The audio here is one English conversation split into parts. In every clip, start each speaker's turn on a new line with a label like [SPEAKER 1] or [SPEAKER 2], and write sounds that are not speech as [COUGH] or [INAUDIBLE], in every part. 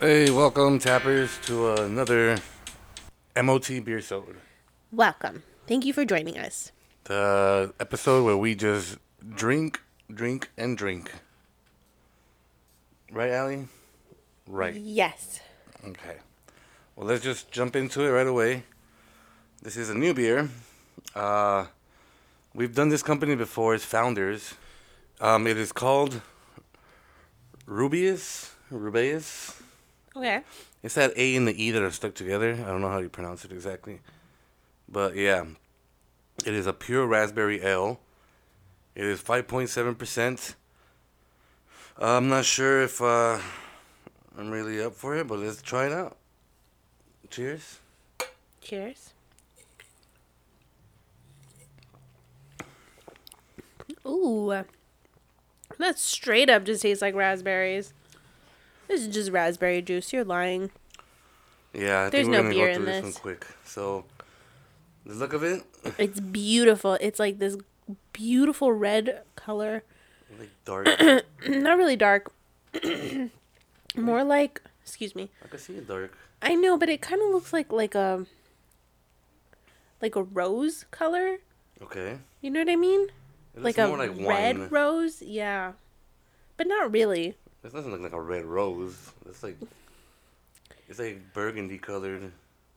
[SPEAKER 1] Hey, welcome, Tappers, to another MOT Beer Soda.
[SPEAKER 2] Welcome. Thank you for joining us.
[SPEAKER 1] The episode where we just drink, drink, and drink. Right, Allie? Right.
[SPEAKER 2] Yes.
[SPEAKER 1] Okay. Well, let's just jump into it right away. This is a new beer. Uh, we've done this company before as founders. Um, it is called Rubius. Rubius.
[SPEAKER 2] Okay.
[SPEAKER 1] It's that A and the E that are stuck together. I don't know how you pronounce it exactly. But yeah, it is a pure raspberry ale. It is 5.7%. Uh, I'm not sure if uh, I'm really up for it, but let's try it out. Cheers.
[SPEAKER 2] Cheers. Ooh. That straight up just tastes like raspberries. This is just raspberry juice. You're lying.
[SPEAKER 1] Yeah, I think
[SPEAKER 2] There's
[SPEAKER 1] we're
[SPEAKER 2] no
[SPEAKER 1] gonna
[SPEAKER 2] beer
[SPEAKER 1] go
[SPEAKER 2] in
[SPEAKER 1] through this.
[SPEAKER 2] this.
[SPEAKER 1] one quick. So, the look of it,
[SPEAKER 2] It's beautiful. It's like this beautiful red color. [CLEARS THROAT]
[SPEAKER 1] like
[SPEAKER 2] [COUGHS]
[SPEAKER 1] dark. I
[SPEAKER 2] Not really dark. [CLEARS THROAT] More like, excuse me.
[SPEAKER 1] can see it dark.
[SPEAKER 2] I know, but it kind of looks like like a like a rose color.
[SPEAKER 1] Okay.
[SPEAKER 2] You know what I mean?
[SPEAKER 1] It
[SPEAKER 2] like
[SPEAKER 1] looks more
[SPEAKER 2] a
[SPEAKER 1] like
[SPEAKER 2] red
[SPEAKER 1] wine.
[SPEAKER 2] rose. Yeah, but not really.
[SPEAKER 1] This doesn't look like a red rose. It's like it's like burgundy colored.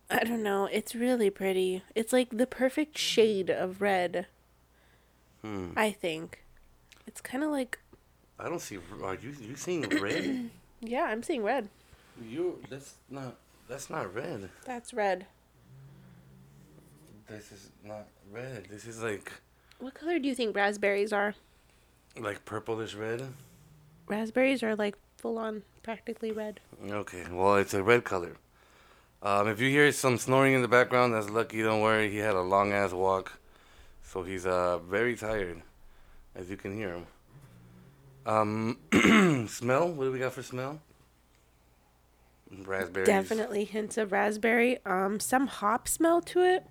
[SPEAKER 2] I don't know. It's really pretty. It's like the perfect shade of red.
[SPEAKER 1] Hmm.
[SPEAKER 2] I think. It's kind of like
[SPEAKER 1] I don't see. Are you you [COUGHS] seeing red?
[SPEAKER 2] yeah. I'm seeing red.
[SPEAKER 1] you that's not that's not red.
[SPEAKER 2] That's red.
[SPEAKER 1] This is not red. This is like
[SPEAKER 2] What color do you think raspberries are?
[SPEAKER 1] like purplish red.
[SPEAKER 2] Raspberries are like full on practically red.
[SPEAKER 1] Okay, well it's a red color. Um, if you hear some snoring in the background, that's Lucky. Don't worry, he had a long ass walk, so he's uh very tired, as you can hear him. Um, [CLEARS THROAT] smell. What do we got for smell? Raspberries.
[SPEAKER 2] Definitely hints of raspberry. Um, some hop smell to it.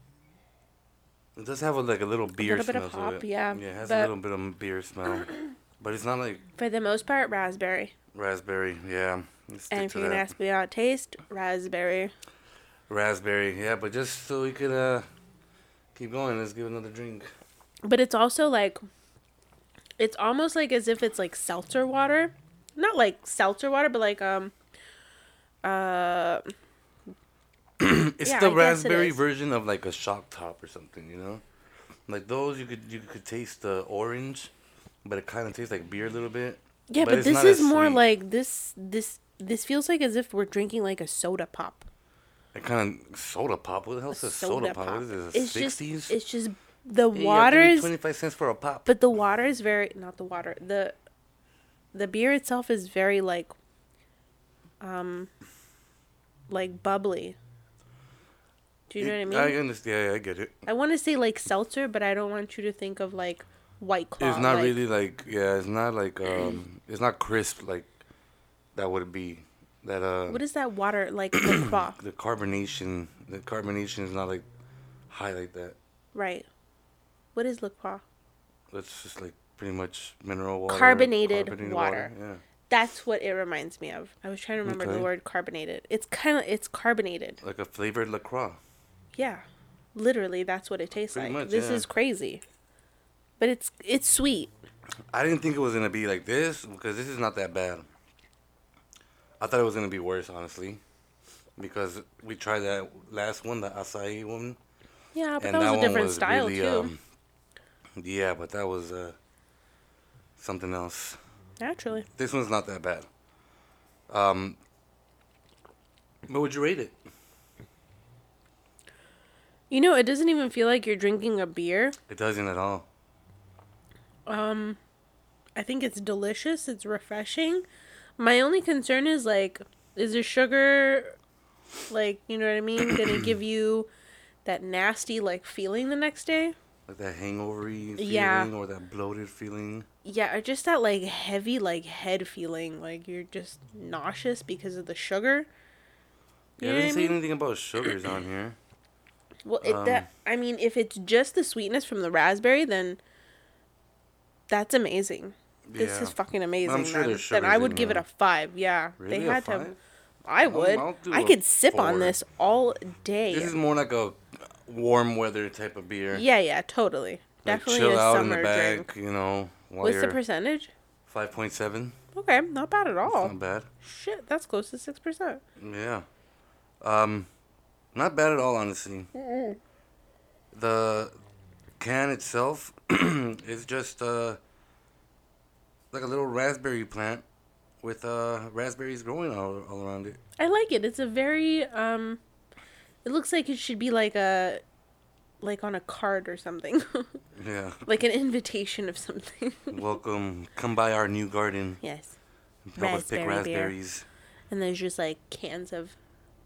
[SPEAKER 1] It does have a, like a little beer
[SPEAKER 2] little bit
[SPEAKER 1] smell
[SPEAKER 2] of
[SPEAKER 1] to it.
[SPEAKER 2] hop, yeah,
[SPEAKER 1] Yeah, it has
[SPEAKER 2] but-
[SPEAKER 1] a little bit of beer smell, but it's not like
[SPEAKER 2] For the most part, raspberry.
[SPEAKER 1] raspberry. Yeah, let's stick
[SPEAKER 2] and if
[SPEAKER 1] to
[SPEAKER 2] you're gonna
[SPEAKER 1] that.
[SPEAKER 2] ask me how it tastes, raspberry.
[SPEAKER 1] raspberry. Yeah, but just so we could uh keep going, let's give it another drink.
[SPEAKER 2] But it's also like, it's almost like as if it's like seltzer water, not like seltzer water, but like um, uh,
[SPEAKER 1] It's
[SPEAKER 2] Yeah,
[SPEAKER 1] the
[SPEAKER 2] I guess it
[SPEAKER 1] raspberry
[SPEAKER 2] is.
[SPEAKER 1] version of like a shock top or something, you know? Like those, you could you could taste the orange, but it kind of tastes like beer a little bit.
[SPEAKER 2] yeah.
[SPEAKER 1] But
[SPEAKER 2] But,
[SPEAKER 1] it's
[SPEAKER 2] this
[SPEAKER 1] not
[SPEAKER 2] is
[SPEAKER 1] as
[SPEAKER 2] more
[SPEAKER 1] sweet.
[SPEAKER 2] like this. This this feels like as if we're drinking like a soda pop.
[SPEAKER 1] It kind of soda pop. What the hell's a soda, pop? What is this?
[SPEAKER 2] It's
[SPEAKER 1] Sixties.
[SPEAKER 2] just it's just
[SPEAKER 1] Yeah,
[SPEAKER 2] the
[SPEAKER 1] you have to
[SPEAKER 2] water
[SPEAKER 1] be
[SPEAKER 2] is,
[SPEAKER 1] Twenty-five cents for a pop.
[SPEAKER 2] but the water is very not the water the the beer itself is very like um like bubbly. Do you know what I mean?
[SPEAKER 1] I understand. Yeah, I get it.
[SPEAKER 2] I want to say like seltzer, but I don't want you to think of like white claw.
[SPEAKER 1] It's not
[SPEAKER 2] Uh, like-
[SPEAKER 1] really like yeah. It's not like um. It's not crisp like that would be that uh.
[SPEAKER 2] What is that water
[SPEAKER 1] [CLEARS THROAT]
[SPEAKER 2] like La Croix,
[SPEAKER 1] the carbonation? The carbonation is not like high like that.
[SPEAKER 2] right? What is La Croix?
[SPEAKER 1] That's just like pretty much mineral water.
[SPEAKER 2] Carbonated water.
[SPEAKER 1] Yeah.
[SPEAKER 2] That's what it reminds me of. I was trying to remember
[SPEAKER 1] Okay.
[SPEAKER 2] the word carbonated. It's kind of it's carbonated.
[SPEAKER 1] Like a flavored LaCroix.
[SPEAKER 2] Yeah, literally, that's what it tastes
[SPEAKER 1] Pretty
[SPEAKER 2] like.
[SPEAKER 1] much,
[SPEAKER 2] this
[SPEAKER 1] yeah.
[SPEAKER 2] is crazy, but it's it's sweet.
[SPEAKER 1] I didn't think it was gonna be like this because this is not that bad. I thought it was gonna be worse, honestly, because we tried that last one, the acai one,
[SPEAKER 2] Yeah, but that was a different style too.
[SPEAKER 1] um, yeah, but that was uh, something else.
[SPEAKER 2] Naturally,
[SPEAKER 1] This one's not that bad. Um, what would you rate it?
[SPEAKER 2] you know, it doesn't even feel like you're drinking a beer.
[SPEAKER 1] It doesn't at all.
[SPEAKER 2] Um, I think it's delicious. It's refreshing. My only concern is like, is the sugar, like you know what I mean, gonna give you that nasty like feeling the next day?
[SPEAKER 1] Like that hangovery feeling
[SPEAKER 2] Yeah.
[SPEAKER 1] or that bloated feeling.
[SPEAKER 2] Yeah, or just that like heavy like head feeling, like you're just nauseous because of the sugar. You
[SPEAKER 1] Yeah, it
[SPEAKER 2] know what I
[SPEAKER 1] didn't say
[SPEAKER 2] mean?
[SPEAKER 1] anything about sugars on here.
[SPEAKER 2] Well, it, that I mean, if it's just the sweetness from the raspberry, then that's amazing. This
[SPEAKER 1] Yeah.
[SPEAKER 2] is fucking amazing.
[SPEAKER 1] sure
[SPEAKER 2] then.
[SPEAKER 1] there's
[SPEAKER 2] then I
[SPEAKER 1] sugars
[SPEAKER 2] would
[SPEAKER 1] in
[SPEAKER 2] give it
[SPEAKER 1] there.
[SPEAKER 2] a five. Yeah,
[SPEAKER 1] Really,
[SPEAKER 2] they
[SPEAKER 1] a
[SPEAKER 2] had to.
[SPEAKER 1] five?
[SPEAKER 2] I would.
[SPEAKER 1] I'll do
[SPEAKER 2] I
[SPEAKER 1] a
[SPEAKER 2] could sip on
[SPEAKER 1] four.
[SPEAKER 2] this all day.
[SPEAKER 1] This is more like a warm weather type of beer.
[SPEAKER 2] yeah, yeah, totally.
[SPEAKER 1] Like,
[SPEAKER 2] Definitely
[SPEAKER 1] chill
[SPEAKER 2] a
[SPEAKER 1] out in
[SPEAKER 2] summer
[SPEAKER 1] the back,
[SPEAKER 2] drink.
[SPEAKER 1] you know. While
[SPEAKER 2] What's
[SPEAKER 1] you're
[SPEAKER 2] the percentage?
[SPEAKER 1] 5.7.
[SPEAKER 2] Okay, not bad at all.
[SPEAKER 1] Not bad.
[SPEAKER 2] Shit, that's close to six percent.
[SPEAKER 1] Yeah. Um, not bad at all, honestly. The can itself [CLEARS THROAT] is just uh, like a little raspberry plant with uh, raspberries growing all, all around it.
[SPEAKER 2] I like it. It's a very um it looks like it should be like a like on a card or something. [LAUGHS]
[SPEAKER 1] Yeah.
[SPEAKER 2] like an invitation of something. [LAUGHS]
[SPEAKER 1] Welcome. Come by our new garden.
[SPEAKER 2] yes.
[SPEAKER 1] Help us pick
[SPEAKER 2] Raspberry beer.
[SPEAKER 1] raspberries.
[SPEAKER 2] And there's just like cans of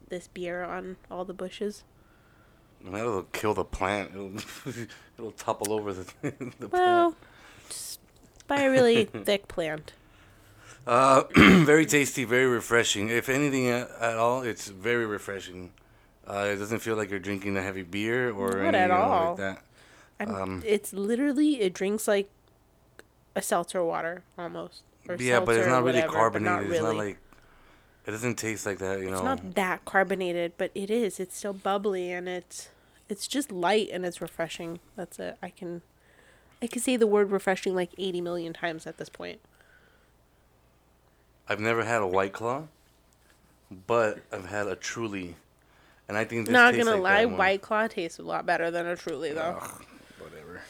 [SPEAKER 2] this beer on all the bushes.
[SPEAKER 1] That'll kill the plant. [LAUGHS] It'll, it'll topple over the, [LAUGHS] the plant.
[SPEAKER 2] Well, just buy
[SPEAKER 1] [LAUGHS]
[SPEAKER 2] a really thick plant.
[SPEAKER 1] Uh, [CLEARS THROAT] very tasty, very refreshing. If anything at, at all, it's very refreshing. Uh, it doesn't feel like you're drinking a heavy beer or
[SPEAKER 2] Not at
[SPEAKER 1] anything
[SPEAKER 2] all.
[SPEAKER 1] like that.
[SPEAKER 2] I'm,
[SPEAKER 1] Um,
[SPEAKER 2] it's literally it drinks like a seltzer water almost. Or
[SPEAKER 1] yeah, but it's
[SPEAKER 2] seltzer or
[SPEAKER 1] not really
[SPEAKER 2] whatever, but
[SPEAKER 1] carbonated.
[SPEAKER 2] not
[SPEAKER 1] It's not
[SPEAKER 2] really.
[SPEAKER 1] like it doesn't taste like that. You know,
[SPEAKER 2] It's not that carbonated, but it is. It's still bubbly and it's it's just light and it's refreshing. That's it. I can I can say the word refreshing like 80 million times at this point.
[SPEAKER 1] I've never had a white claw, but I've had a truly, and I think this
[SPEAKER 2] not
[SPEAKER 1] tastes
[SPEAKER 2] gonna
[SPEAKER 1] like that
[SPEAKER 2] lie,
[SPEAKER 1] one.
[SPEAKER 2] White Claw tastes a lot better than a Truly though.
[SPEAKER 1] Ugh, whatever.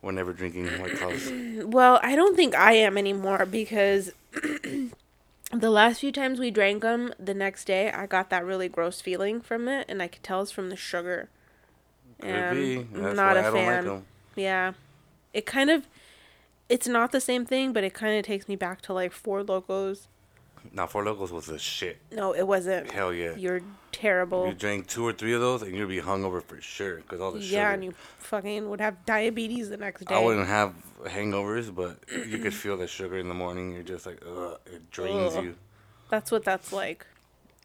[SPEAKER 1] We're never drinking white claws.
[SPEAKER 2] [COUGHS] Well, I don't think I am anymore because [CLEARS THROAT] the last few times we drank them, the next day I got that really gross feeling from it, and I could tell it's from the sugar.
[SPEAKER 1] Could be. That's
[SPEAKER 2] not
[SPEAKER 1] why
[SPEAKER 2] a
[SPEAKER 1] I don't like
[SPEAKER 2] fan.
[SPEAKER 1] them.
[SPEAKER 2] Yeah. It kind of it's not the same thing, but it kind of takes me back to like four locos.
[SPEAKER 1] Now, Four Locos was the shit.
[SPEAKER 2] No, it wasn't.
[SPEAKER 1] Hell yeah.
[SPEAKER 2] You're terrible.
[SPEAKER 1] You drank two or three of those, and you'd be hungover for sure because all the sugar.
[SPEAKER 2] yeah, and you fucking would have diabetes the next day.
[SPEAKER 1] I wouldn't have hangovers, but you could feel the sugar in the morning. You're just like, ugh, it drains
[SPEAKER 2] Ugh. That's what that's like.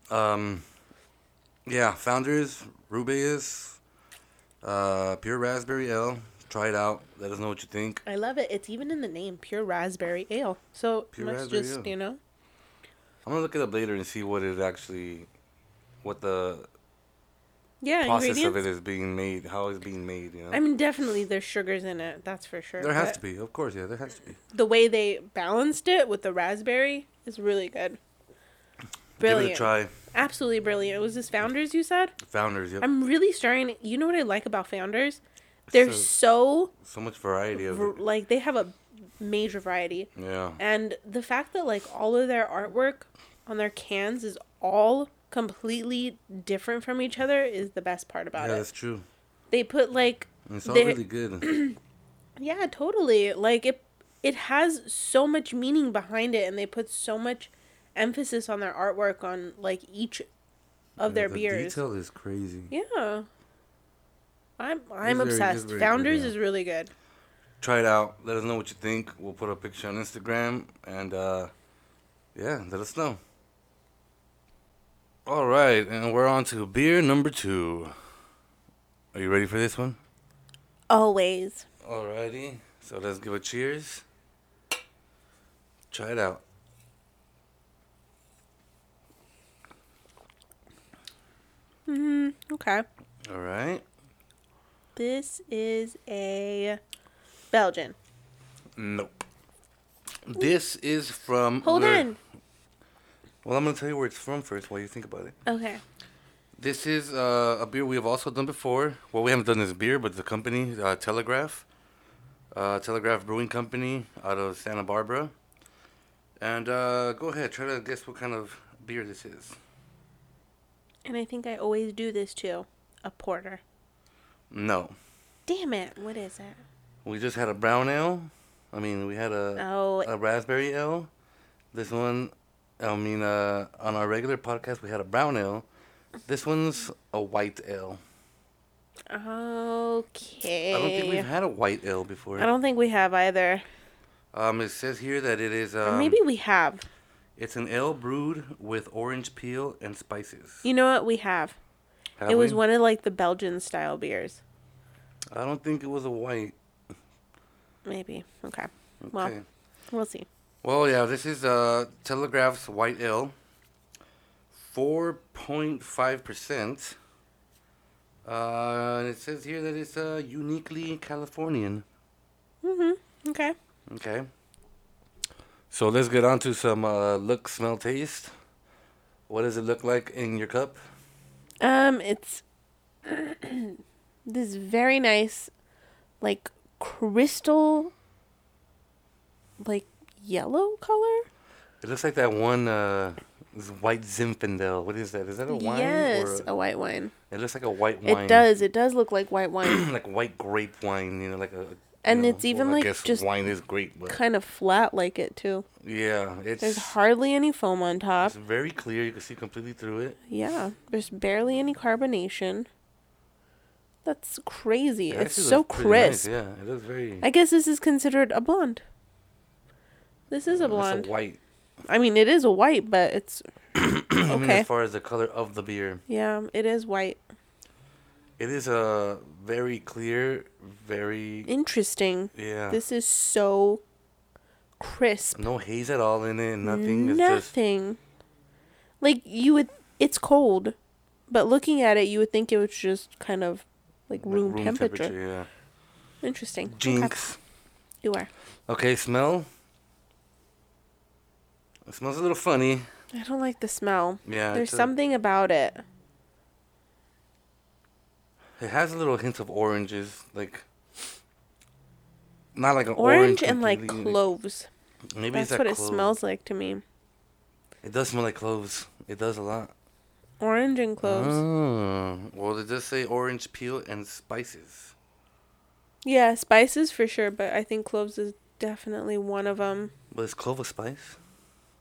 [SPEAKER 1] you. Um, yeah, Founders, Rubeus, uh, Pure Raspberry Ale. Try it out. Let us know what you think.
[SPEAKER 2] I love it. It's even in the name, pure raspberry ale. So
[SPEAKER 1] Pure
[SPEAKER 2] let's
[SPEAKER 1] raspberry
[SPEAKER 2] just,
[SPEAKER 1] ale.
[SPEAKER 2] you know,
[SPEAKER 1] I'm gonna look it up later and see what it actually, what the
[SPEAKER 2] yeah,
[SPEAKER 1] process of
[SPEAKER 2] [LAUGHS] ingredients.
[SPEAKER 1] it is being made, how it's being made. You know,
[SPEAKER 2] I mean, definitely there's sugars in it. That's for sure.
[SPEAKER 1] there has
[SPEAKER 2] but
[SPEAKER 1] to be, of course. Yeah, there has to be.
[SPEAKER 2] The way they balanced it with the raspberry is really good. Brilliant.
[SPEAKER 1] Give it a try.
[SPEAKER 2] Absolutely brilliant. It was this Founders you said?
[SPEAKER 1] Founders. Yep.
[SPEAKER 2] I'm really starting. You know what I like about Founders? They're so,
[SPEAKER 1] so much variety of
[SPEAKER 2] v
[SPEAKER 1] it.
[SPEAKER 2] like they have a major variety,
[SPEAKER 1] Yeah.
[SPEAKER 2] and the fact that like all of their artwork on their cans is all completely different from each other is the best part
[SPEAKER 1] Yeah,
[SPEAKER 2] about
[SPEAKER 1] that's
[SPEAKER 2] it.
[SPEAKER 1] true.
[SPEAKER 2] They put like
[SPEAKER 1] It's all
[SPEAKER 2] There-
[SPEAKER 1] really good.
[SPEAKER 2] yeah, totally. Like it it has so much meaning behind it and they put so much emphasis on their artwork on like each [CLEARS THROAT] of their
[SPEAKER 1] the
[SPEAKER 2] beers.
[SPEAKER 1] detail is crazy.
[SPEAKER 2] Yeah. I'm I'm
[SPEAKER 1] very- it's
[SPEAKER 2] obsessed.
[SPEAKER 1] very good,
[SPEAKER 2] Founders
[SPEAKER 1] yeah.
[SPEAKER 2] is really good.
[SPEAKER 1] try it out. Let us know what you think. We'll put a picture on Instagram and uh, yeah, let us know. All right, and we're on to beer number two. Are you ready for this one?
[SPEAKER 2] Always.
[SPEAKER 1] Alrighty, so let's give a cheers. Try it out.
[SPEAKER 2] Mm, okay.
[SPEAKER 1] All right,
[SPEAKER 2] This is a Belgian.
[SPEAKER 1] nope. This is from.
[SPEAKER 2] Hold
[SPEAKER 1] where-
[SPEAKER 2] on.
[SPEAKER 1] Well, I'm gonna tell you where it's from first while you think about it.
[SPEAKER 2] Okay.
[SPEAKER 1] This is uh, a beer we have also done before. Well, we haven't done this beer, but the company, uh, Telegraph, uh, Telegraph Brewing Company out of Santa Barbara. And uh, go ahead, try to guess what kind of beer this is.
[SPEAKER 2] And I think I always do this too. A porter.
[SPEAKER 1] No.
[SPEAKER 2] Damn it. What is it?
[SPEAKER 1] We just had a brown ale. I mean, we had a,
[SPEAKER 2] Oh,
[SPEAKER 1] a raspberry ale. This one, I mean, uh, on our regular podcast, we had a brown ale. This one's a white ale.
[SPEAKER 2] okay.
[SPEAKER 1] uh, I don't think we've had a white ale before.
[SPEAKER 2] Eh. I don't think we have either.
[SPEAKER 1] Um, it says here that it is.
[SPEAKER 2] Or
[SPEAKER 1] Um,
[SPEAKER 2] Maybe we have.
[SPEAKER 1] It's an ale brewed with orange peel and spices.
[SPEAKER 2] You know what? We have.
[SPEAKER 1] Have
[SPEAKER 2] it was
[SPEAKER 1] we?
[SPEAKER 2] one of like the Belgian style beers.
[SPEAKER 1] I don't think it was a white.
[SPEAKER 2] Maybe. Okay.
[SPEAKER 1] Okay.
[SPEAKER 2] Well, we'll see.
[SPEAKER 1] Well, yeah, this is uh, Telegraph's white ale 4.5%. Uh, and it says here that it's uh, uniquely Californian.
[SPEAKER 2] Mm-hmm. Okay.
[SPEAKER 1] Okay. So let's get on to some uh, look, smell, taste. What does it look like in your cup?
[SPEAKER 2] Um, it's [CLEARS THROAT] this very nice, like crystal, like yellow color.
[SPEAKER 1] It looks like that one uh, this white Zinfandel. What is that? Is that a wine?
[SPEAKER 2] yes,
[SPEAKER 1] Or
[SPEAKER 2] a white wine.
[SPEAKER 1] a, it looks like a white wine.
[SPEAKER 2] It does. It does look like white
[SPEAKER 1] [CLEARS THROAT]
[SPEAKER 2] wine,
[SPEAKER 1] like white grape wine, you know, like a. you
[SPEAKER 2] And
[SPEAKER 1] know,
[SPEAKER 2] it's even,
[SPEAKER 1] well, I
[SPEAKER 2] like,
[SPEAKER 1] guess
[SPEAKER 2] just
[SPEAKER 1] wine is great, but
[SPEAKER 2] kind of flat like it too.
[SPEAKER 1] yeah, it's
[SPEAKER 2] There's hardly any foam on top.
[SPEAKER 1] it's very clear. You can see completely through it.
[SPEAKER 2] Yeah, there's barely any carbonation. That's crazy.
[SPEAKER 1] It
[SPEAKER 2] it's
[SPEAKER 1] actually
[SPEAKER 2] so
[SPEAKER 1] looks pretty nice,
[SPEAKER 2] crisp.
[SPEAKER 1] Yeah, it looks very.
[SPEAKER 2] I guess this is considered a blonde. This is a
[SPEAKER 1] It's
[SPEAKER 2] blonde.
[SPEAKER 1] a white. [CLEARS THROAT]
[SPEAKER 2] I mean, it is a white, but it's
[SPEAKER 1] I mean,
[SPEAKER 2] Okay.
[SPEAKER 1] as far as the color of the beer,
[SPEAKER 2] yeah, it is white.
[SPEAKER 1] it is a very clear, very
[SPEAKER 2] Interesting.
[SPEAKER 1] yeah.
[SPEAKER 2] This is so crisp.
[SPEAKER 1] no haze at all in it. Nothing. It's just
[SPEAKER 2] Nothing. Like you would it's cold, but looking at it you would think it was just kind of like
[SPEAKER 1] like,
[SPEAKER 2] room, temperature.
[SPEAKER 1] Yeah.
[SPEAKER 2] Interesting. Okay.
[SPEAKER 1] Jinx.
[SPEAKER 2] You are.
[SPEAKER 1] Okay, smell. It smells a little funny.
[SPEAKER 2] I don't like the smell.
[SPEAKER 1] Yeah.
[SPEAKER 2] There's
[SPEAKER 1] it's a-
[SPEAKER 2] something about it.
[SPEAKER 1] It has a little hint of oranges, like not like an
[SPEAKER 2] Orange
[SPEAKER 1] orange,
[SPEAKER 2] and like
[SPEAKER 1] completely,
[SPEAKER 2] cloves.
[SPEAKER 1] Maybe
[SPEAKER 2] That's
[SPEAKER 1] that
[SPEAKER 2] what it
[SPEAKER 1] clove.
[SPEAKER 2] smells like to me.
[SPEAKER 1] It does smell like cloves. It does a lot.
[SPEAKER 2] Orange and cloves.
[SPEAKER 1] Oh. Well, it does say orange peel and spices.
[SPEAKER 2] Yeah, spices for sure, but I think cloves is definitely one of them.
[SPEAKER 1] But is clove a spice?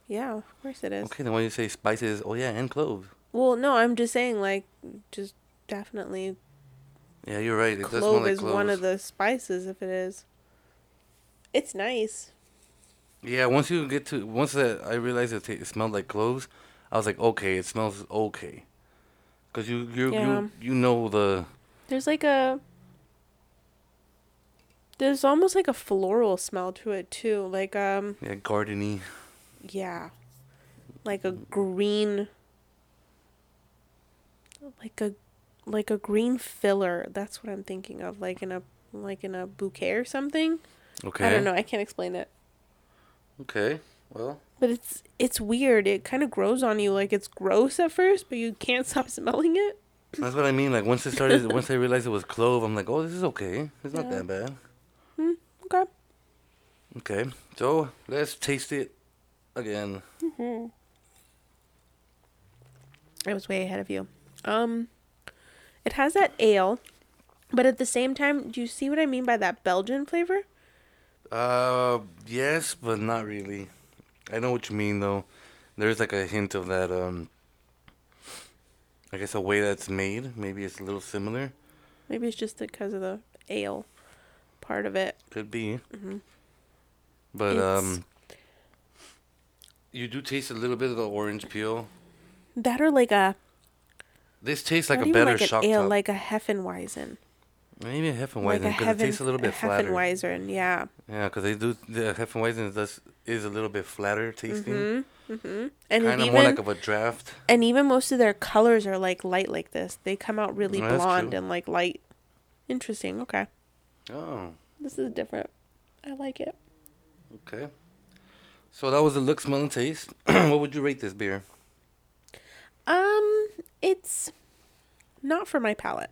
[SPEAKER 2] Yeah, of course it is.
[SPEAKER 1] Okay, then why do you say spices? Oh yeah, and clove.
[SPEAKER 2] Well, no, I'm just saying, like, just definitely
[SPEAKER 1] Yeah, you're right. It does smell
[SPEAKER 2] clove
[SPEAKER 1] like
[SPEAKER 2] is
[SPEAKER 1] cloves.
[SPEAKER 2] one of the spices. If it is, it's nice.
[SPEAKER 1] Yeah, once you get to once that I realized it, ta it smelled like cloves, I was like, okay, it smells okay, cause you you
[SPEAKER 2] Yeah.
[SPEAKER 1] you, you know the
[SPEAKER 2] There's like a there's almost like a floral smell to it too, like um
[SPEAKER 1] yeah gardeny.
[SPEAKER 2] yeah, like a green, like a like a green filler. That's what I'm thinking of, like in a like in a bouquet or something.
[SPEAKER 1] Okay.
[SPEAKER 2] I don't know. I can't explain it.
[SPEAKER 1] Okay. Well,
[SPEAKER 2] But it's it's weird. It kind of grows on you. Like it's gross at first, but you can't [LAUGHS] stop smelling it.
[SPEAKER 1] that's what I mean. Like once it started, [LAUGHS] once I realized it was clove, I'm like, oh, this is okay. It's not
[SPEAKER 2] Yeah.
[SPEAKER 1] that bad.
[SPEAKER 2] Okay.
[SPEAKER 1] Okay. So let's taste it again.
[SPEAKER 2] I was way ahead of you. Um, it has that ale, but at the same time, do you see what I mean by that Belgian flavor?
[SPEAKER 1] Uh, yes, but not really. I know what you mean though. There's like a hint of that. Um, I guess a way that's made. Maybe it's a little similar.
[SPEAKER 2] Maybe it's just because of the ale part of it.
[SPEAKER 1] Could be. But
[SPEAKER 2] Mm-hmm. It's-
[SPEAKER 1] um, you do taste a little bit of the orange peel.
[SPEAKER 2] That or like a
[SPEAKER 1] This tastes like
[SPEAKER 2] not
[SPEAKER 1] a
[SPEAKER 2] even
[SPEAKER 1] better
[SPEAKER 2] like an
[SPEAKER 1] shock
[SPEAKER 2] ale,
[SPEAKER 1] top.
[SPEAKER 2] like a Heffenweizen,
[SPEAKER 1] Maybe a
[SPEAKER 2] like
[SPEAKER 1] Heffenweizen
[SPEAKER 2] a
[SPEAKER 1] because it tastes a little bit flatter. Yeah, 'cause
[SPEAKER 2] Heffenweizen. Yeah.
[SPEAKER 1] Yeah, because they do the Heffenweizen does is a little bit flatter tasting,
[SPEAKER 2] Mm-hmm. Mm-hmm. And
[SPEAKER 1] kind
[SPEAKER 2] it
[SPEAKER 1] of
[SPEAKER 2] even
[SPEAKER 1] more like of a draft.
[SPEAKER 2] and even most of their colors are like light like this. They come out really
[SPEAKER 1] That's
[SPEAKER 2] blonde
[SPEAKER 1] true.
[SPEAKER 2] and like light. Interesting. Okay.
[SPEAKER 1] Oh,
[SPEAKER 2] This is different. I like it.
[SPEAKER 1] okay. So that was the look, smell, and taste. [CLEARS THROAT] what would you rate this beer?
[SPEAKER 2] Um, it's not for my palate,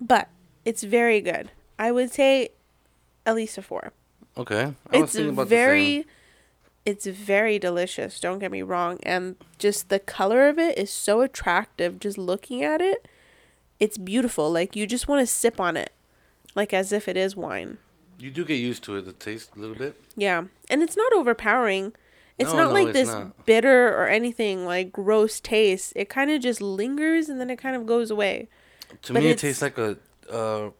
[SPEAKER 2] but it's very good. I would say at least a four.
[SPEAKER 1] Okay, I
[SPEAKER 2] It's
[SPEAKER 1] thinking about the same.
[SPEAKER 2] very, it's very delicious. Don't get me wrong, and just the color of it is so attractive. Just looking at it, it's beautiful. Like you just want to sip on it, like as if it is wine.
[SPEAKER 1] You do get used to it, the taste a little bit.
[SPEAKER 2] Yeah, and it's not overpowering. It's
[SPEAKER 1] No,
[SPEAKER 2] not
[SPEAKER 1] no,
[SPEAKER 2] like
[SPEAKER 1] it's
[SPEAKER 2] this
[SPEAKER 1] not.
[SPEAKER 2] bitter or anything like gross taste. It kind of just lingers and then it kind of goes away.
[SPEAKER 1] To
[SPEAKER 2] But
[SPEAKER 1] me, it
[SPEAKER 2] it's-
[SPEAKER 1] tastes like a, uh,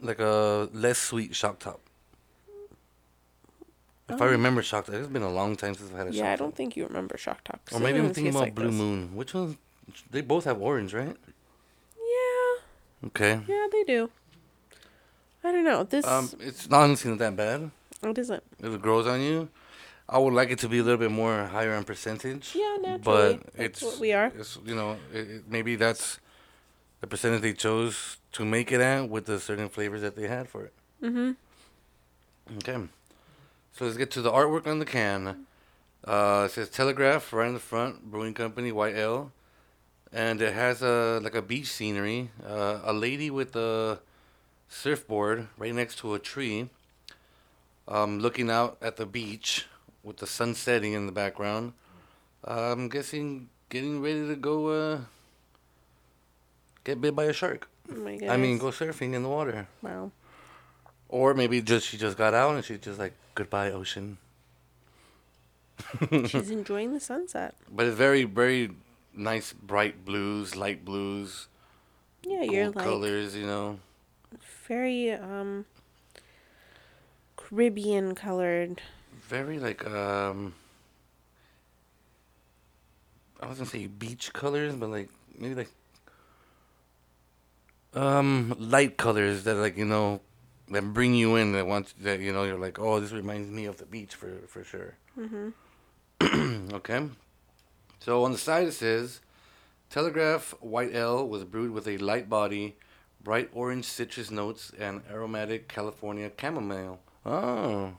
[SPEAKER 1] like a less sweet shock top. If I
[SPEAKER 2] Oh.
[SPEAKER 1] remember shock top, it's been a long time since I've had a shock
[SPEAKER 2] yeah, I
[SPEAKER 1] top.
[SPEAKER 2] don't think you remember shock top. 'cause
[SPEAKER 1] Or
[SPEAKER 2] it
[SPEAKER 1] maybe I'm
[SPEAKER 2] doesn't
[SPEAKER 1] thinking
[SPEAKER 2] taste
[SPEAKER 1] about
[SPEAKER 2] like
[SPEAKER 1] Blue
[SPEAKER 2] this.
[SPEAKER 1] Moon. Which one? They both have orange, right?
[SPEAKER 2] Yeah,
[SPEAKER 1] Okay.
[SPEAKER 2] yeah, they do. I don't know. This
[SPEAKER 1] Um, it's honestly not that bad.
[SPEAKER 2] it isn't.
[SPEAKER 1] It grows on you. I would like it to be a little bit more higher on percentage.
[SPEAKER 2] Yeah, naturally.
[SPEAKER 1] But it's
[SPEAKER 2] That's what we are.
[SPEAKER 1] It's, you know, it, it- maybe that's the percentage they chose to make it at with the certain flavors that they had for it.
[SPEAKER 2] Mm-hmm.
[SPEAKER 1] Okay. So let's get to the artwork on the can. Uh, it says Telegraph right in the front, Brewing Company, White Ale, and it has a like a beach scenery, uh, a lady with a surfboard right next to a tree, um, looking out at the beach with the sun setting in the background. I'm guessing getting ready to go uh, get bit by a shark.
[SPEAKER 2] Oh my goodness.
[SPEAKER 1] I mean, go surfing in the water.
[SPEAKER 2] wow.
[SPEAKER 1] [LAUGHS] Or maybe just she just got out and she's just like goodbye
[SPEAKER 2] [LAUGHS]
[SPEAKER 1] ocean. [LAUGHS]
[SPEAKER 2] She's enjoying the sunset.
[SPEAKER 1] But it's very very nice bright blues, light blues,
[SPEAKER 2] Yeah,
[SPEAKER 1] cool
[SPEAKER 2] you're like
[SPEAKER 1] colors, you know.
[SPEAKER 2] very um Caribbean colored.
[SPEAKER 1] Very like um I was gonna say beach colors, but like maybe like um light colors that like you know that bring you in that want that you know you're like oh this reminds me of the beach for for sure. [CLEARS THROAT]
[SPEAKER 2] Mm-hmm.
[SPEAKER 1] Okay. So on the side it says, Telegraph White Ale was brewed with a light body, bright orange citrus notes, and aromatic California chamomile. Oh,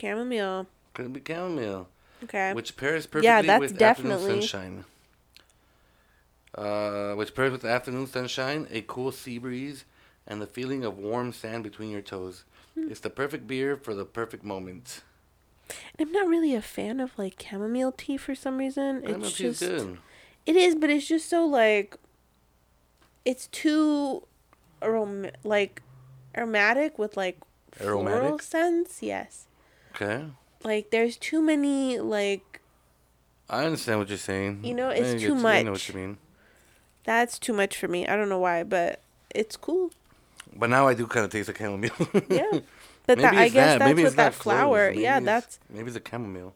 [SPEAKER 2] Chamomile.
[SPEAKER 1] could be chamomile,
[SPEAKER 2] Okay.
[SPEAKER 1] which pairs perfectly
[SPEAKER 2] Yeah, that's
[SPEAKER 1] with
[SPEAKER 2] definitely-
[SPEAKER 1] afternoon sunshine. Uh, which pairs with afternoon sunshine, a cool sea breeze, and the feeling of warm sand between your toes.
[SPEAKER 2] Hmm.
[SPEAKER 1] It's the perfect beer for the perfect moment.
[SPEAKER 2] I'm not really a fan of like chamomile tea for some reason.
[SPEAKER 1] Chamomile
[SPEAKER 2] it's
[SPEAKER 1] tea is
[SPEAKER 2] just
[SPEAKER 1] good.
[SPEAKER 2] it is, but it's just so like it's too arom- like aromatic with like floral
[SPEAKER 1] Aromatic?
[SPEAKER 2] sense. Yes,
[SPEAKER 1] Okay.
[SPEAKER 2] like there's too many like
[SPEAKER 1] I understand what you're saying.
[SPEAKER 2] You know,
[SPEAKER 1] I
[SPEAKER 2] it's
[SPEAKER 1] get
[SPEAKER 2] too
[SPEAKER 1] you- I know what
[SPEAKER 2] much.
[SPEAKER 1] you mean.
[SPEAKER 2] that's too much for me. I don't know why, but it's cool.
[SPEAKER 1] But now I do kind of taste the chamomile. [LAUGHS]
[SPEAKER 2] Yeah, but that I guess that's with that flower.
[SPEAKER 1] cloves.
[SPEAKER 2] yeah,
[SPEAKER 1] Maybe it's-
[SPEAKER 2] that's.
[SPEAKER 1] maybe it's a chamomile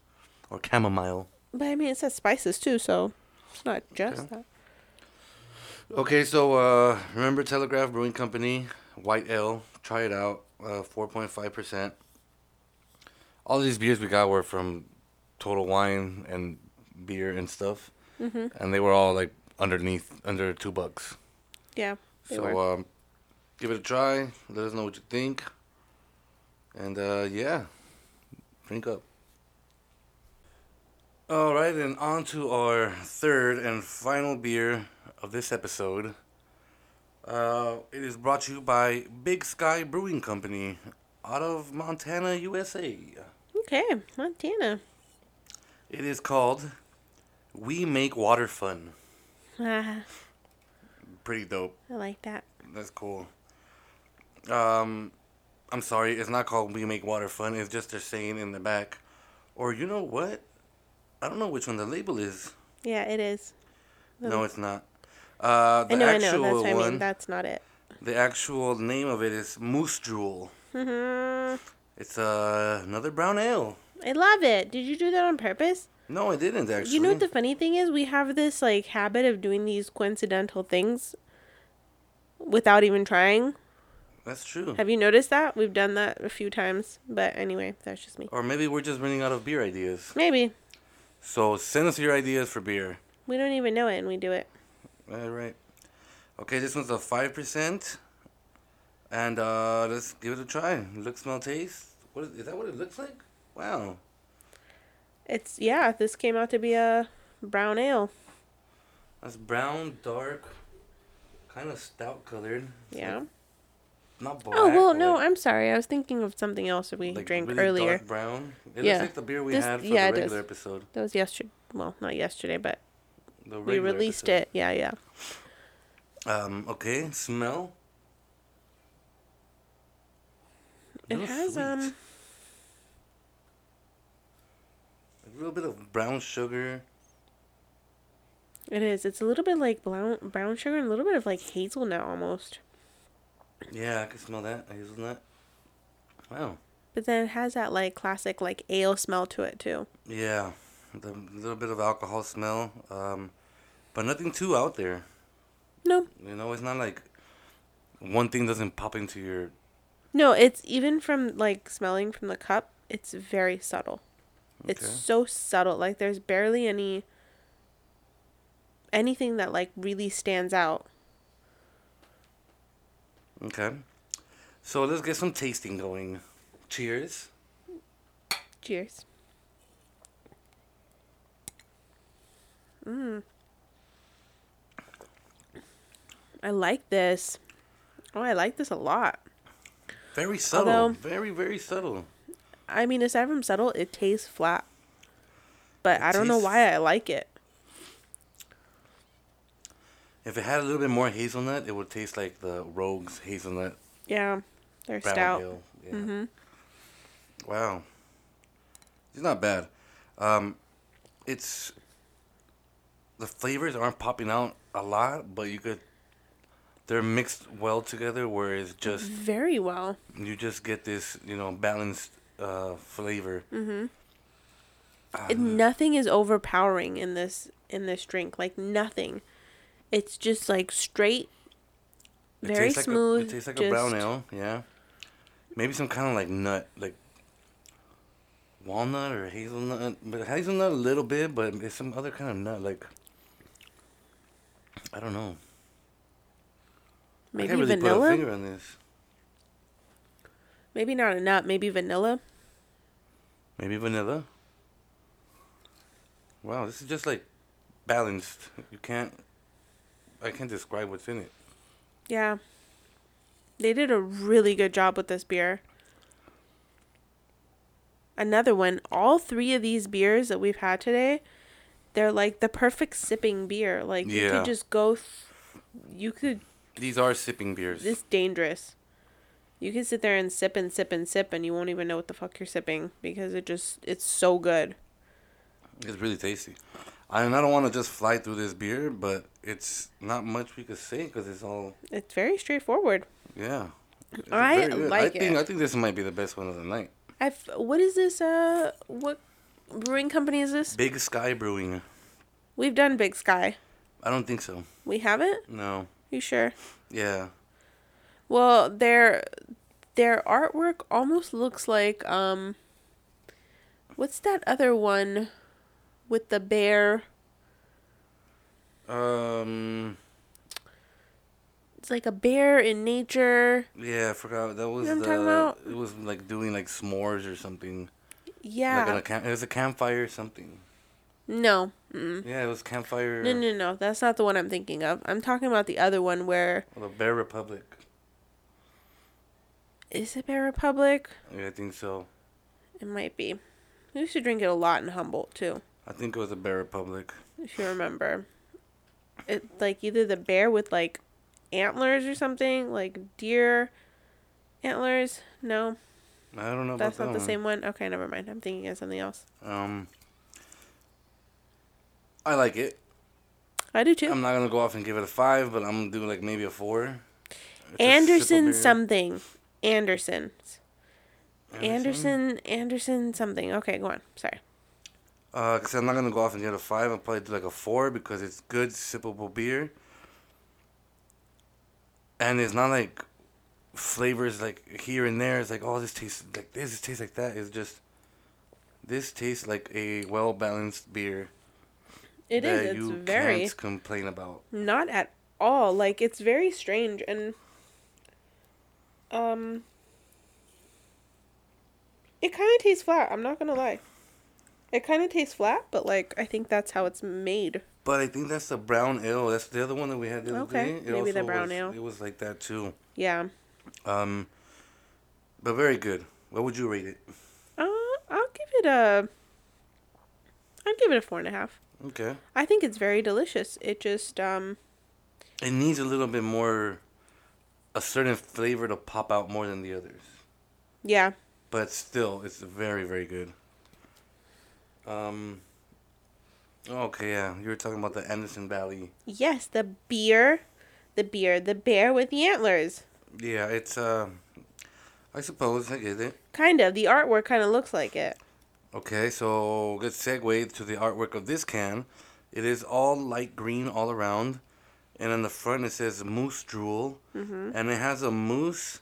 [SPEAKER 1] or chamomile.
[SPEAKER 2] But I mean, it says spices too, so it's not just
[SPEAKER 1] Okay.
[SPEAKER 2] that.
[SPEAKER 1] Okay, so uh, remember Telegraph Brewing Company, White Ale. Try it out. uh, Four point five percent. All these beers we got were from Total Wine and beer and stuff,
[SPEAKER 2] Mm-hmm.
[SPEAKER 1] and they were all like underneath under two bucks.
[SPEAKER 2] Yeah. They
[SPEAKER 1] So
[SPEAKER 2] were.
[SPEAKER 1] um, give it a try. Let us know what you think. And uh, yeah, drink up. All right, and on to our third and final beer of this episode. Uh, it is brought to you by Big Sky Brewing Company out of Montana, USA.
[SPEAKER 2] Okay, Montana.
[SPEAKER 1] It is called We Make Water Fun.
[SPEAKER 2] Ah,
[SPEAKER 1] Pretty dope.
[SPEAKER 2] I like that.
[SPEAKER 1] That's cool. Um, I'm sorry, it's not called We Make Water Fun. It's just they're saying in the back, or you know what? I don't know which one the label is.
[SPEAKER 2] Yeah, it is.
[SPEAKER 1] No, it's not. Uh, the
[SPEAKER 2] I know, I know.
[SPEAKER 1] actual
[SPEAKER 2] That's what I
[SPEAKER 1] one,
[SPEAKER 2] mean. That's not it.
[SPEAKER 1] the actual name of it is Moose Drool.
[SPEAKER 2] hmm
[SPEAKER 1] It's uh, another brown ale.
[SPEAKER 2] I love it. Did you do that on purpose?
[SPEAKER 1] No, I didn't actually.
[SPEAKER 2] You know what the funny thing is? We have this like habit of doing these coincidental things without even trying.
[SPEAKER 1] That's true.
[SPEAKER 2] Have you noticed that? We've done that a few times, but anyway, that's just me.
[SPEAKER 1] Or maybe we're just running out of beer ideas.
[SPEAKER 2] Maybe
[SPEAKER 1] So send us your ideas for beer.
[SPEAKER 2] we don't even know it and we do it.
[SPEAKER 1] All right. Okay, this one's a five percent, and uh, let's give it a try. Look, smell, taste. What is, is that? What it looks like? Wow.
[SPEAKER 2] It's yeah, this came out to be a brown ale.
[SPEAKER 1] That's brown, dark, kind of stout colored. It's
[SPEAKER 2] Yeah.
[SPEAKER 1] like not black.
[SPEAKER 2] oh well,
[SPEAKER 1] but
[SPEAKER 2] no,
[SPEAKER 1] like-
[SPEAKER 2] I'm sorry. I was thinking of something else that we
[SPEAKER 1] like
[SPEAKER 2] drank
[SPEAKER 1] really
[SPEAKER 2] earlier.
[SPEAKER 1] Dark brown. It
[SPEAKER 2] Yeah.
[SPEAKER 1] looks like the beer we
[SPEAKER 2] This-
[SPEAKER 1] had for
[SPEAKER 2] yeah, it
[SPEAKER 1] the
[SPEAKER 2] does.
[SPEAKER 1] regular episode.
[SPEAKER 2] That was yesterday. Well, not yesterday, but
[SPEAKER 1] The
[SPEAKER 2] we
[SPEAKER 1] regular
[SPEAKER 2] released
[SPEAKER 1] episode.
[SPEAKER 2] it. Yeah, yeah.
[SPEAKER 1] Um. Okay. Smell.
[SPEAKER 2] It
[SPEAKER 1] Real
[SPEAKER 2] has
[SPEAKER 1] sweet.
[SPEAKER 2] um
[SPEAKER 1] a little bit of brown sugar.
[SPEAKER 2] It is. It's a little bit like brown brown sugar and a little bit of like hazelnut almost.
[SPEAKER 1] Yeah, I can smell that. Hazelnut. Wow.
[SPEAKER 2] But then it has that like classic like ale smell to it too.
[SPEAKER 1] Yeah, the little bit of alcohol smell, um, but nothing too out there.
[SPEAKER 2] No.
[SPEAKER 1] You know, it's not like one thing doesn't pop into your.
[SPEAKER 2] No, it's even from like smelling from the cup, it's very subtle. It's
[SPEAKER 1] Okay.
[SPEAKER 2] so subtle. Like there's barely any anything that like really stands out.
[SPEAKER 1] Okay. So let's get some tasting going. Cheers.
[SPEAKER 2] Cheers. Mm. I like this. Oh, I like this a lot.
[SPEAKER 1] Very subtle.
[SPEAKER 2] Although-
[SPEAKER 1] very, very subtle.
[SPEAKER 2] I mean, aside from subtle, it tastes flat. But
[SPEAKER 1] It
[SPEAKER 2] I don't know
[SPEAKER 1] tastes-
[SPEAKER 2] why I like it.
[SPEAKER 1] If it had a little bit more hazelnut, it would taste like the Rogues hazelnut
[SPEAKER 2] Yeah, they're
[SPEAKER 1] brown
[SPEAKER 2] stout.
[SPEAKER 1] ale. Yeah. Wow. It's not bad. Um, it's the flavors aren't popping out a lot, but you could they're mixed well together where it's just
[SPEAKER 2] Very well.
[SPEAKER 1] you just get this, you know, balanced uh flavor. Uh-huh.
[SPEAKER 2] It- nothing is overpowering in this in this drink. Like nothing. It's just like straight, very
[SPEAKER 1] tastes
[SPEAKER 2] smooth.
[SPEAKER 1] Like a, it tastes like
[SPEAKER 2] just,
[SPEAKER 1] a brown ale, yeah. Maybe some kind of like nut, like walnut or hazelnut, but hazelnut a little bit, but it's some other kind of nut, like I don't know. I
[SPEAKER 2] Maybe
[SPEAKER 1] can't really put a
[SPEAKER 2] vanilla.
[SPEAKER 1] finger on this.
[SPEAKER 2] Maybe not a nut. Maybe vanilla.
[SPEAKER 1] Maybe vanilla. Wow, this is just like balanced. You can't. I can't describe what's in it.
[SPEAKER 2] Yeah. They did a really good job with this beer. Another one, all three of these beers that we've had today, they're like the perfect sipping beer. Like you
[SPEAKER 1] Yeah.
[SPEAKER 2] could just go th- you could
[SPEAKER 1] These are sipping beers.
[SPEAKER 2] it's dangerous. You can sit there and sip and sip and sip and you won't even know what the fuck you're sipping because it just it's so good.
[SPEAKER 1] It's really tasty. I, and I don't want to just fly through this beer, but it's not much we could say because it's all
[SPEAKER 2] It's very straightforward.
[SPEAKER 1] yeah. It's
[SPEAKER 2] I
[SPEAKER 1] very good. I
[SPEAKER 2] like
[SPEAKER 1] think
[SPEAKER 2] it.
[SPEAKER 1] I think this might be the best one of the night.
[SPEAKER 2] I what is this uh what brewing company is this?
[SPEAKER 1] Big Sky Brewing.
[SPEAKER 2] We've done Big Sky.
[SPEAKER 1] I don't think so.
[SPEAKER 2] We haven't?
[SPEAKER 1] No.
[SPEAKER 2] You sure?
[SPEAKER 1] Yeah.
[SPEAKER 2] Well, their their artwork almost looks like um what's that other one with the bear?
[SPEAKER 1] Um.
[SPEAKER 2] It's like a bear in nature.
[SPEAKER 1] Yeah, I forgot. That was
[SPEAKER 2] know what I'm
[SPEAKER 1] the.
[SPEAKER 2] talking about?
[SPEAKER 1] It was like doing like s'mores or something.
[SPEAKER 2] Yeah.
[SPEAKER 1] Like on a camp. It was a campfire or something.
[SPEAKER 2] no. Mm.
[SPEAKER 1] Yeah, it was campfire.
[SPEAKER 2] No, no, no. That's not the one I'm thinking of. I'm talking about the other one where
[SPEAKER 1] The Bear Republic.
[SPEAKER 2] is it Bear Republic?
[SPEAKER 1] Yeah, I think so.
[SPEAKER 2] It might be. We used to drink it a lot in Humboldt too,
[SPEAKER 1] I think it was the Bear Republic.
[SPEAKER 2] if you remember. It like either the bear with like antlers or something, like deer antlers. No.
[SPEAKER 1] I don't know
[SPEAKER 2] That's
[SPEAKER 1] about
[SPEAKER 2] not
[SPEAKER 1] that
[SPEAKER 2] the
[SPEAKER 1] one.
[SPEAKER 2] same one. Okay, never mind. I'm thinking of something else.
[SPEAKER 1] Um, I like it.
[SPEAKER 2] I do too.
[SPEAKER 1] I'm not gonna go off and give it a five, but I'm gonna do like maybe a four. It's a
[SPEAKER 2] Anderson
[SPEAKER 1] sippable
[SPEAKER 2] something. Anderson.
[SPEAKER 1] beer.
[SPEAKER 2] Anderson. Anderson something. Okay, go on. Sorry.
[SPEAKER 1] Uh, cause I'm not gonna go off and give it a five. I'll probably do like a four because it's good sippable beer, and it's not like flavors like here and there. It's like oh, this tastes like this, this tastes like that. It's just this tastes like a well balanced beer
[SPEAKER 2] It is. It's very
[SPEAKER 1] complain about.
[SPEAKER 2] not at all. Like it's very strange and um it kind of tastes flat. I'm not going to lie. It kind of tastes flat, but like I think that's how it's made.
[SPEAKER 1] But I think that's the brown ale. That's the other one that we had the other
[SPEAKER 2] Okay,
[SPEAKER 1] day. It
[SPEAKER 2] maybe the
[SPEAKER 1] also
[SPEAKER 2] brown
[SPEAKER 1] was-
[SPEAKER 2] ale.
[SPEAKER 1] It was like that too.
[SPEAKER 2] Yeah.
[SPEAKER 1] Um, but very good. What would you rate it?
[SPEAKER 2] Uh, I'll give it a I'll give it a four and a half.
[SPEAKER 1] Okay.
[SPEAKER 2] I think it's very delicious. It just um
[SPEAKER 1] It needs a little bit more, a certain flavor to pop out more than the others.
[SPEAKER 2] yeah.
[SPEAKER 1] But still, it's very very good. Um. Okay, yeah, you were talking about the Anderson Valley.
[SPEAKER 2] Yes, the beer, the beer, the bear with the antlers.
[SPEAKER 1] Yeah, it's uh, I suppose I get it.
[SPEAKER 2] Kind of. The artwork kind of looks like it.
[SPEAKER 1] Okay, so good segue to the artwork of this can. It is all light green all around, and on the front it says Moose Drool, and it has a moose,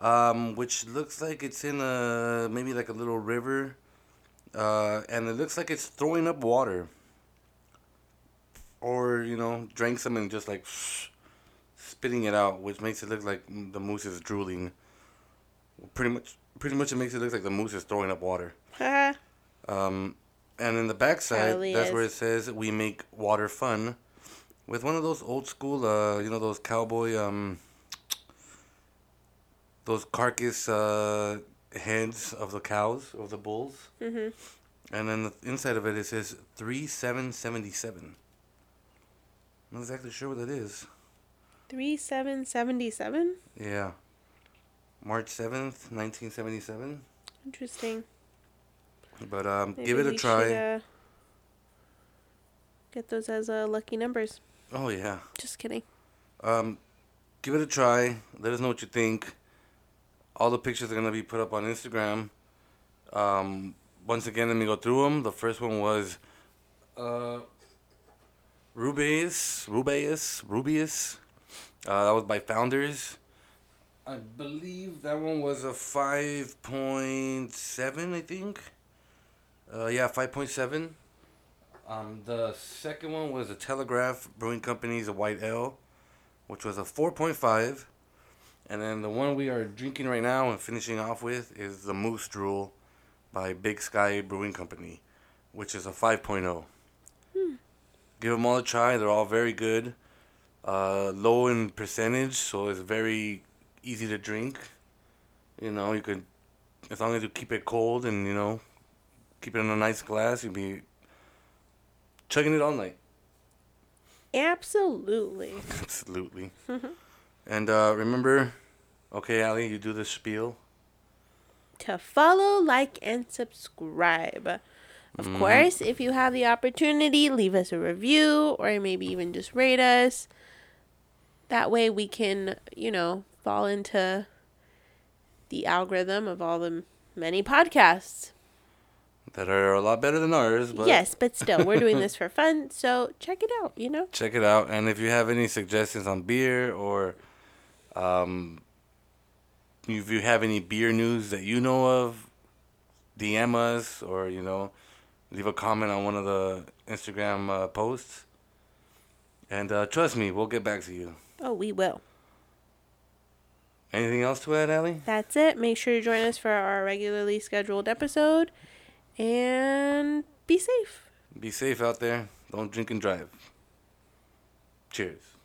[SPEAKER 1] um, which looks like it's in a maybe like a little river, uh, and it looks like it's throwing up water. Or you know, drank some and just like spitting it out, which makes it look like the moose is drooling. Pretty much, pretty much, it makes it look like the moose is throwing up water.
[SPEAKER 2] Haha.
[SPEAKER 1] Um, and in the backside,
[SPEAKER 2] Probably
[SPEAKER 1] that's
[SPEAKER 2] is.
[SPEAKER 1] where it says we make water fun, with one of those old school, uh, you know, those cowboy, um, those carcass uh, heads of the cows of the bulls.
[SPEAKER 2] Mhm.
[SPEAKER 1] And then the inside of it, it says three seven seventy seven. I'm not exactly sure what that is.
[SPEAKER 2] Three seven seventy seven.
[SPEAKER 1] Yeah. March 7th, 1977.
[SPEAKER 2] Interesting.
[SPEAKER 1] But um,
[SPEAKER 2] Maybe
[SPEAKER 1] give it a
[SPEAKER 2] we
[SPEAKER 1] try.
[SPEAKER 2] should, uh, get those as uh, lucky numbers.
[SPEAKER 1] Oh, yeah.
[SPEAKER 2] Just kidding.
[SPEAKER 1] Um, give it a try. Let us know what you think. All the pictures are going to be put up on Instagram. Um, once again, let me go through them. The first one was uh, Rubius. Rubius. Rubius. Uh, that was by Founders. I believe that one was a 5.7, I think. Uh, yeah, 5.7. Um, the second one was the Telegraph Brewing Company's White Ale which was a 4.5. And then the one we are drinking right now and finishing off with is the Moose Drool by Big Sky Brewing Company, which is a 5.0. Give them all a try. They're all very good. Uh, low in percentage, so it's very easy to drink. You know, you could, as long as you keep it cold and, you know, keep it in a nice glass, you'd be chugging it all night.
[SPEAKER 2] Absolutely.
[SPEAKER 1] [LAUGHS] Absolutely. and uh, remember, okay, Ali, you do the spiel.
[SPEAKER 2] to follow, like, and subscribe. Of
[SPEAKER 1] Mm-hmm.
[SPEAKER 2] course, if you have the opportunity, leave us a review or maybe even just rate us. That way we can, you know, fall into the algorithm of all the m- many podcasts.
[SPEAKER 1] That are a lot better than ours, but
[SPEAKER 2] yes, but still, we're doing this for fun, so check it out, you know?
[SPEAKER 1] check it out. And if you have any suggestions on beer or um, if you have any beer news that you know of, DM us or, you know, leave a comment on one of the Instagram uh, posts. And uh, trust me, we'll get back to you.
[SPEAKER 2] Oh, we will.
[SPEAKER 1] Anything else to add, Ali?
[SPEAKER 2] That's it. Make sure to join us for our regularly scheduled episode and be safe.
[SPEAKER 1] Be safe out there. Don't drink and drive. Cheers.